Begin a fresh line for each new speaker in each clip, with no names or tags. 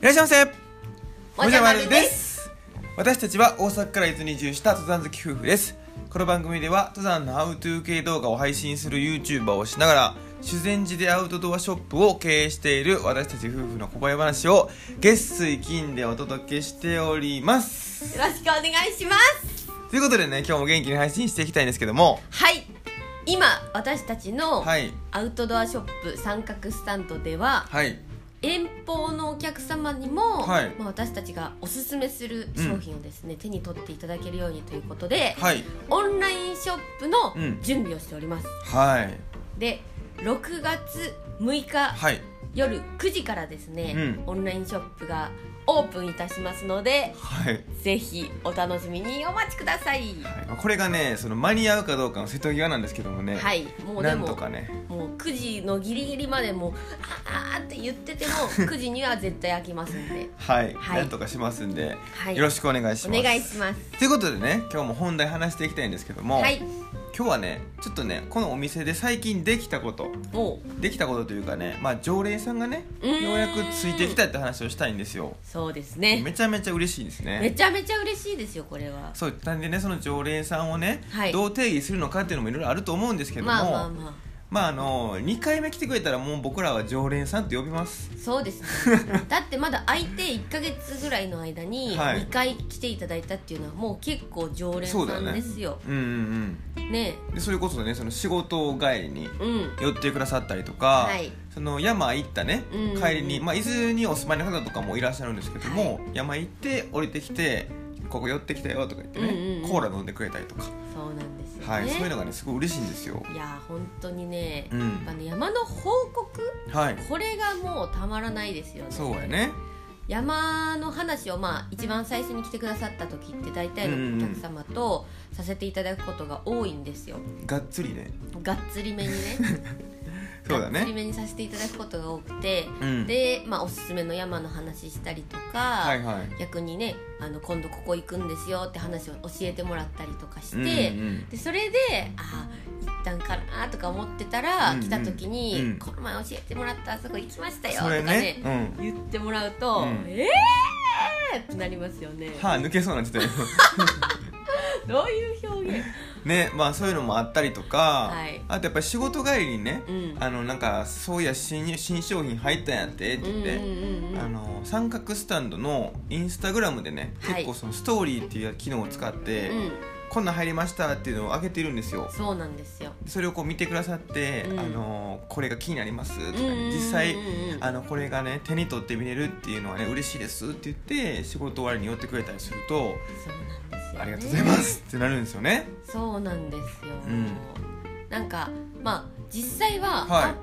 いらっしゃいませ
おじゃまるです
私たちは大阪から伊豆に移住した登山好き夫婦ですこの番組では登山のハウトゥー系動画を配信する YouTuber をしながら修善寺でアウトドアショップを経営している私たち夫婦の小林話を月水金でお届けしております
よろしくお願いします
ということでね今日も元気に配信していきたいんですけども
はい今私たちの
はい
アウトドアショップ三角スタンドでは
はい
遠方のお客様にも、
はい
まあ、私たちがおすすめする商品をですね、手に取っていただけるようにということで、
はい
オンラインショップの
うん
準備をしております、
はい
で6月6日
はい
夜9時からですね、
うん
オンラインショップがオープンいたしますので
はい
ぜひお楽しみにお待ちください
はいまあこれがねその間に合うかどうかの瀬戸際なんですけどもね、
はいもう
な
で
ん
も
とかね
もう9時のギリギリまでもうあーあーって言っ てても9時には絶対開きますんで
はい、
はい
なんとかしますんで、
はい
よろしくお願い し
お
ます。
願いします
ということでね今日も本題話していきたいんですけども、
はい
今日はねちょっとねこのお店で最近できたこと
もう
できたことというかね、まあ、常連さんがね
うーん
ようやくついてきたって話をしたいんですよ。
そうですね
めちゃめちゃ嬉しいです
め
ね。
ちゃめちゃ嬉しいですよこれは
そうなんでねその常連さんをね、
はい
どう定義するのかっていうのもいろいろあると思うんですけども、
まあまあま
まああの2回目来てくれたらもう僕らは常連さんって呼びます
あそうです ねだってまだ空いて1か月ぐらいの間に
はい
2回来ていただいたっていうのはもう結構常連
そうだ
さ
よね
んですよ
うんうん
ね
うんでそれこそねその仕事帰りに
えう
寄
ん
ってくださったりとか、
はい
その山行ったね、
うん
帰りに、まあ、伊豆にお住まいの方とかもいらっしゃるんですけども、山行って降りてきてここ寄ってきたよとか言ってね、
うんうんうん
コーラ飲んでくれたりとか、
そうなんですよね、
はい、そういう
い
のがねすごい嬉しいんですよ。
やー本当にね、
うん
やっぱね山の報告
はい、
これがもうたまらないですよね
そうやね
山の話を、まあ、一番最初に来てくださった時って大体のお客様とさせていただくことが多いんですよ、
がっつりね
がっつりめにね
そうだ
がっつ
ね
りめにさせていただくことが多くて、
うん
で、まあ、おすすめの山の話したりとか、
はいはい
逆にねあの今度ここ行くんですよって話を教えてもらったりとかして、
うんうん
でそれであー一旦かなとか思ってたら、
うんうん
来た時に、
うん
この前教えてもらったあそこ行きました
うん、
よ」と
そ
か
れ
ね
ね、うん、
言ってもらうと、
うん
ええーってなりますよね、
歯抜けそうなん ですよ
どういう表現
ねまあそういうのもあったりとか、
はい
あとやっぱり仕事帰りにね、
うん
あのなんかそういや新入新商品入ったんやってって
うん
言
う
っ
ん
て、
うんう
あ
ん
の三角スタンドのインスタグラムでね、
はい
結構そのストーリーっていう機能を使って、
うん
こんなん入りましたっていうのを上げてるんですよ
そうなんですよ
それをこう見てくださって、
うん
あのこれが気になりますとか、
うんうんうん
ね、
うん
実際あのこれがね手に取って見れるっていうのはね嬉しいですって言って仕事終わりに寄ってくれたりすると、
そうなんですよ、ね、
ありがとうございますってなるんですよね
そうなんですよ、
うん
なんかまあ実際
は
は、
い
あ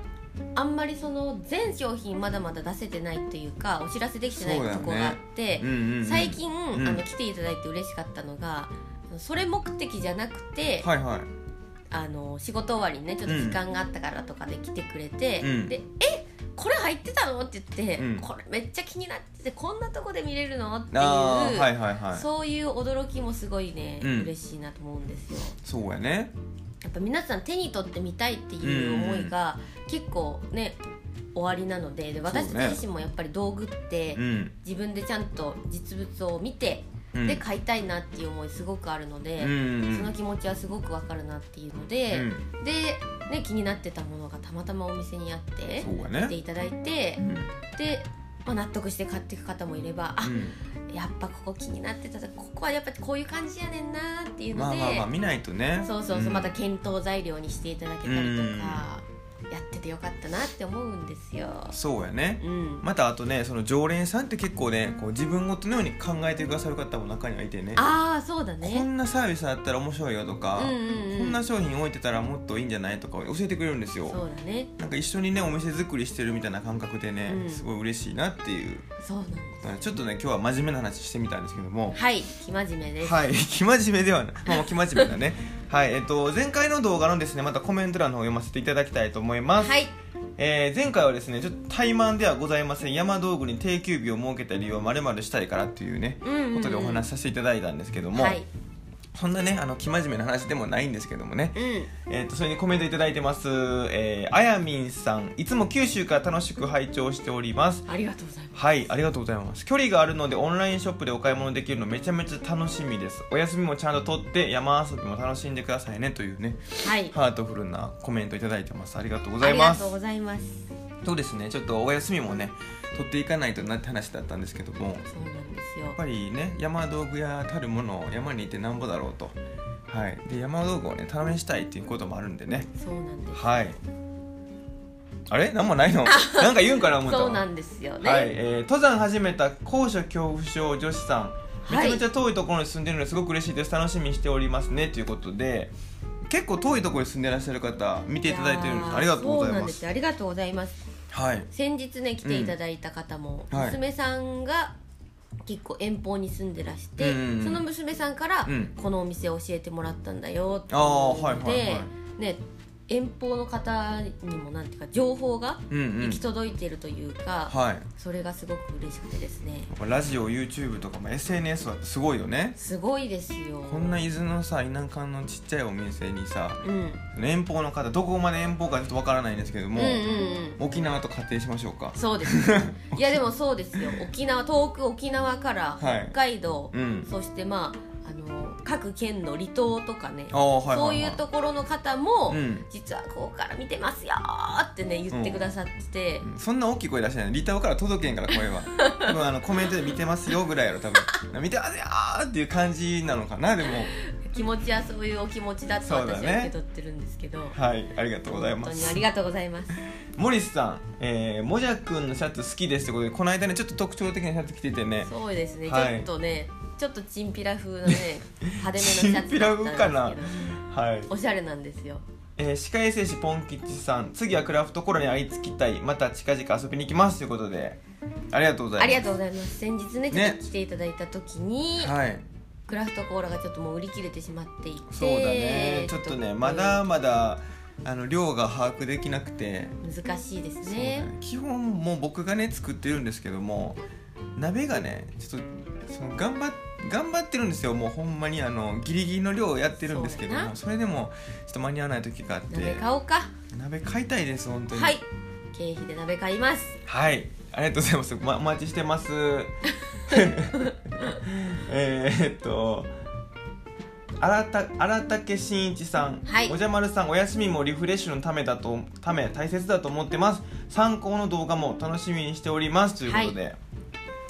あんまりその全商品まだまだ出せてないというかお知らせできてない
そうだよ
と
ね
ころがあって、
うんうんうん
最近、
ん
あの来ていただいて嬉しかったのがあのそれ目的じゃなくて、
はいはい
あの仕事終わりにねちょっと時間があったからとかで来てくれて、
うん
で「えこれ入ってたの?」って言って、
うん
これめっちゃ気になっててこんなとこで見れるの?」っていう、
あーはいはいはいそ
そういう驚きもすごいね、
うん
嬉しいなと思うんですよ。
うやね
やっぱ皆さん手に取ってみたいっていう思いが結構ね終わりなのでで私たち自身もやっぱり道具って
うん
自分でちゃんと実物を見て、
うん
で買いたいなっていう思いすごくあるので。
うんうん
その気持ちはすごくわかるなっていうので、で、ね、気になってたものがたまたまお店にあって
うん、そう
来
や
て
ね
いただいて
うん
で、まあ、納得して買っていく方もいれば、
うん
あやっぱここ気になってたここはやっぱこういう感じやねんなっていう
ま
の
あ
で、
まあまあ見ないとね
そうそうそう、
ん
また検討材料にしていただけたりとか、やっててよかったなって思うんですよ。
そうやね
うん、
またあとねその常連さんって結構ねこう自分ごとのように考えてくださる方も中にはいてね
ああそうだ
こ
ね。
んなサービスあったら面白いよとか、
うんうんうん
こんな商品置いてたらもっといいんじゃないとか教えてくれるんです
そ
よ
うだね。
なんか一緒にねお店作りしてるみたいな感覚でね、
うん
すごい嬉しいなっていう
そうなんで
ちょっとね今日は真面目な話してみたんですけども
す。はい、生真面目です。
はい、 生真面目ではない、まあ、生真面目だね。はい、えっと、前回の動画のですね、またコメント欄の方を読ませていただきたいと思います。
はい、
えー前回はですね、ちょっと怠慢ではございません。山道具に定休日を設けた理由はまるまるしたいからっていうね、
うんうんうん
ことでお話しさせていただいたんですけども、
はい、
そんなねあの生真面目な話でもないんですけどもね
うん
えっ、と、それにコメントいただいてます。えー、あやみんさん。いつも九州から楽しく拝聴しております。
ありがとうございま
はい、ありがとうございます。距離があるので、オンラインショップでお買い物できるのめちゃめちゃ楽しみです。お休みもちゃんと取って、山遊びも楽しんでくださいね。というね、
すはい
ハートフルなコメントいただいてます。ありがとうござ
あ
い
り
ま
が
す
とう。ございます
そうですね、ちょっとお休みもね、取っていかないとなって話だったんですけども、や
そうなんです
っ
よ
ぱりね、山道具屋たるものを山にいてなんぼだろうと。はい、で山道具をね試したいっていうこともあるんでね
そうなんです
はい。あれ何もないのなんか言うんかな思ったわ
そうなんですよね、
はい、えー登山始めた高所恐怖症女子さんめちゃめちゃ遠いところに住んでるのですごく嬉しいです楽しみにしておりますねということで結構遠いところに住んでらっしゃる方見ていただいてるんです
やー
ありがとうござ
そう
い
なん
ま
ですすよありがとうございます
はい
先日ね来ていただいた方も、
うんはい
娘さんが結構遠方に住んでらして、
うん
その娘さんから、
うん
このお店を教えてもらったんだよっていう
ああはいはい
の
は
で、
い
ね遠方の方にもなんていうか情報が
うんう
行
ん
き届いてるというか、
はい
それがすごく嬉しくてですね
ラジオ YouTube とかも SNS はすごいよね
すごいですよ
こんな伊豆のさ田舎のちっちゃいお店にさ
うん
遠方の方どこまで遠方かちょっとわからないんですけども、
うんうんうん
沖縄と仮定しましょうか
そうです いやでもそうですよ沖縄遠く沖縄から
はい
北海道、
うん
そしてまああの各県の離島とかね、
ああはいはい、
そ
は
う
い、
いうところの方も、
うん
実はここから見てますよーってね言ってくださってて、
そんな大きい声出してないリタオから届けんから 声は多分あのコメントで見てますよぐらいやろ多分見てますよーっていう感じなのかなでも
気持ちはそういうお気持ちだと
そうだ
私
ね
は受け取ってるんですけど、
はいありがとうござい
本
ま
当にあ
す
りがとうございます
モリスさん、えー、もじゃくんのシャツ好きですってことでこの間ねちょっと特徴的なシャツ着ててね
そうですね、
はい
ちょっとねちょっとチンピラ風のね 派手めのシャ
チン
ツ
ピ
だ
ラ
ったん
風
です
か
け
な
ど
はい、
おしゃれなんですよ
えー、歯科衛生士ポン吉さん次はクラフトコロに会いつきたいまた近々遊びに行きますということでありがとうございます
ありがとうございます先日ねちょっ
ね
と来ていただいた時に、
はい
クラフトコーラがちょっともう売り切れてしまっていて
そうだねちょっとねまだまだあの量が把握できなくて
難しいです
そう
ね
ね基本もう僕がね作ってるんですけども鍋がねちょっとその頑張っ頑張ってるんですよもうほんまにあのギリギリの量をやってるんですけど
そうや
も
な
それでもちょっと間に合わない時があって
鍋買おうか
鍋買いたいです本当に
はい経費で鍋買います
はいありがとうございます、ま、お待ちしてます えーっと新た新竹真一さん、
はい
おじゃまるさんお休みもリフレッシュのためだとため大切だと思ってます参考の動画も楽しみにしておりますということで、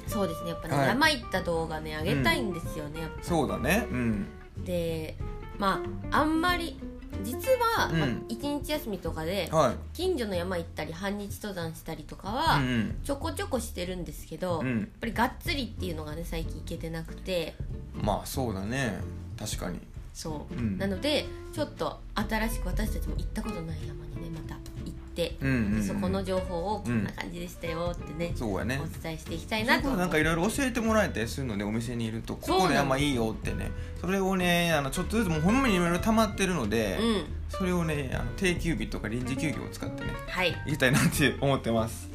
そうですねやっぱね、
はい
山行った動画ねあげたいんですよね、
そうだねうん
でまああんまり実は、
うん
まあ一日休みとかで
はい
近所の山行ったり半日登山したりとかは、
うん
ちょこちょこしてるんですけど、
うん、う
やっ
ん、
ぱりがっつりっていうのがね最近行けてなくて
まあそうだね確かに
そう、
うん
なのでちょっと新しく私たちも行ったことない山にねまた行って、
うんうんうん
でそこの情報をこんな感じでしたよってね、
そうやね
お伝えしていきたい
な
なんと
かなんかいろいろ教えてもらえたりするのでお店にいるとこ
そう
こ
な
の
の
山いいよってねそれをねあのちょっとずつもうほんまにいろいろ溜まってるので、
うん
それをねあの定休日とか臨時休業を使ってね
はい
行きたいなって思ってます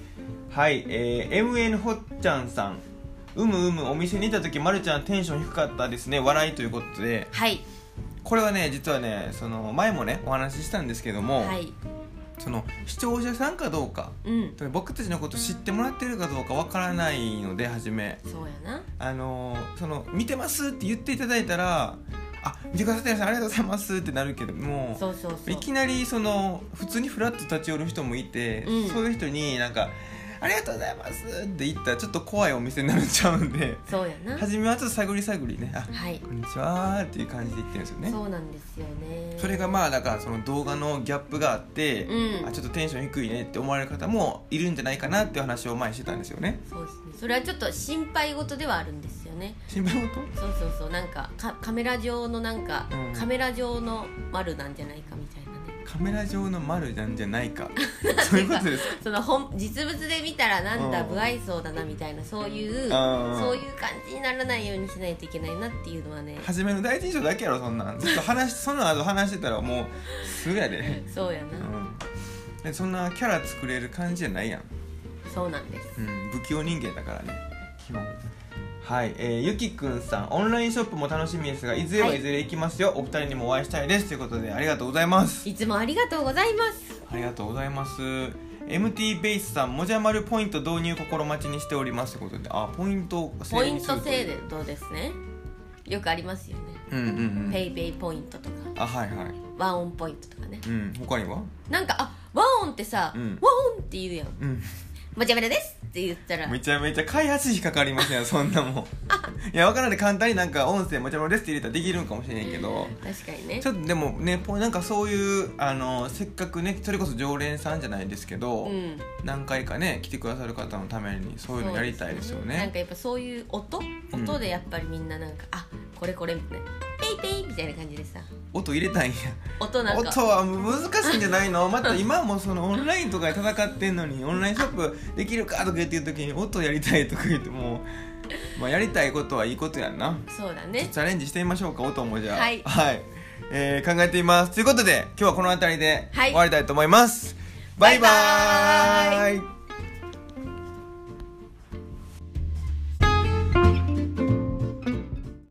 はいえー、MN ほっちゃんさんうむうむお店にいた時まるちゃんテンション低かったですね笑いということで
はい
これはね実はねその前もねお話ししたんですけども、
はい
その視聴者さんかどうか
うん
僕たちのこと知ってもらってるかどうかわからないので初め
そうやな
あのーその見てますって言っていただいたら「あ見てくださってるさんありがとうございます」ってなるけども
そうそうそう
いきなりその普通にフラッと立ち寄る人もいて、
うん
そういう人になんか「ありがとうございます」って言ったらちょっと怖いお店になっちゃうんで
そうやな
初めはちょっと探り探りね「あ
はい
こんにちは」っていう感じで言ってるんですよね。
そうなんですよね
それがまあだからその動画のギャップがあって、
うん
あちょっとテンション低いねって思われる方もいるんじゃないかなっていう話を前にしてたんですよね
そうですねそれはちょっと心配事ではあるんですよね
新聞ごと
そうそうそうなんかかカメラ上のなんか、
うん
カメラ上の丸なんじゃないかみたいなね
カメラ上の丸なんじゃないか そういうことですか
その本実物で見たらなんだ
うん
不愛想だなみたいなそういう
あー
そういう感じにならないようにしないといけないなっていうのはね
初めの第一印象だけやろそんなんずっと話しその後話してたらもうすぐやで、
そうやな、
うん、でそんなキャラ作れる感じじゃないやん、
そうなんです
うん、不器用人間だからね基本はい、えー、ゆきくんさんオンラインショップも楽しみですがいずれは
はい
いずれ行きますよ、お二人にもお会いしたいですということでありがとうございます
いつもありがとうございます
ありがとうございます MT ベースさんもじゃまるポイント導入心待ちにしておりますということであポイント制
ポイ
に
ン
する
ト
と
制度ですねよくありますよね、
うんうんうん
ペイペイポイントとか
あはいはい
ワンオンポイントとかね
うん他には
なんかあワンオンってさ、
うん
ワンオンって言うやん
うん
もちゃめちゃですって言ったら
めちゃめちゃ開発費かかりますよそんなも んいやわからんで簡単になんか音声もちろんレスって入れたらできるんかもしれんけど
確かにね
ちょっとでもねぽなんかそういうあのせっかくねそれこそ常連さんじゃないですけど、
うん
何回かね来てくださる方のためにそういうのやりたいですよ
なん
ね
かやっぱそういう音
うん
音でやっぱりみんななんか、あこれこれみたいなペイペイみたいな感じでさ
音入れたいんや
音なんか
音は難しいんじゃないのまた今もそのオンラインとかで戦ってんのにオンラインショップできるかとか言ってる時に音やりたいとか言ってもう、まあ、やりたいことはいいことやんな
そうだね
チャレンジしてみましょうか音もじゃあ
はい
えー考えていますということで今日はこの辺りで
はい
終わりたいと思います、
バイ
バ
バ
イバ
ーイ
イ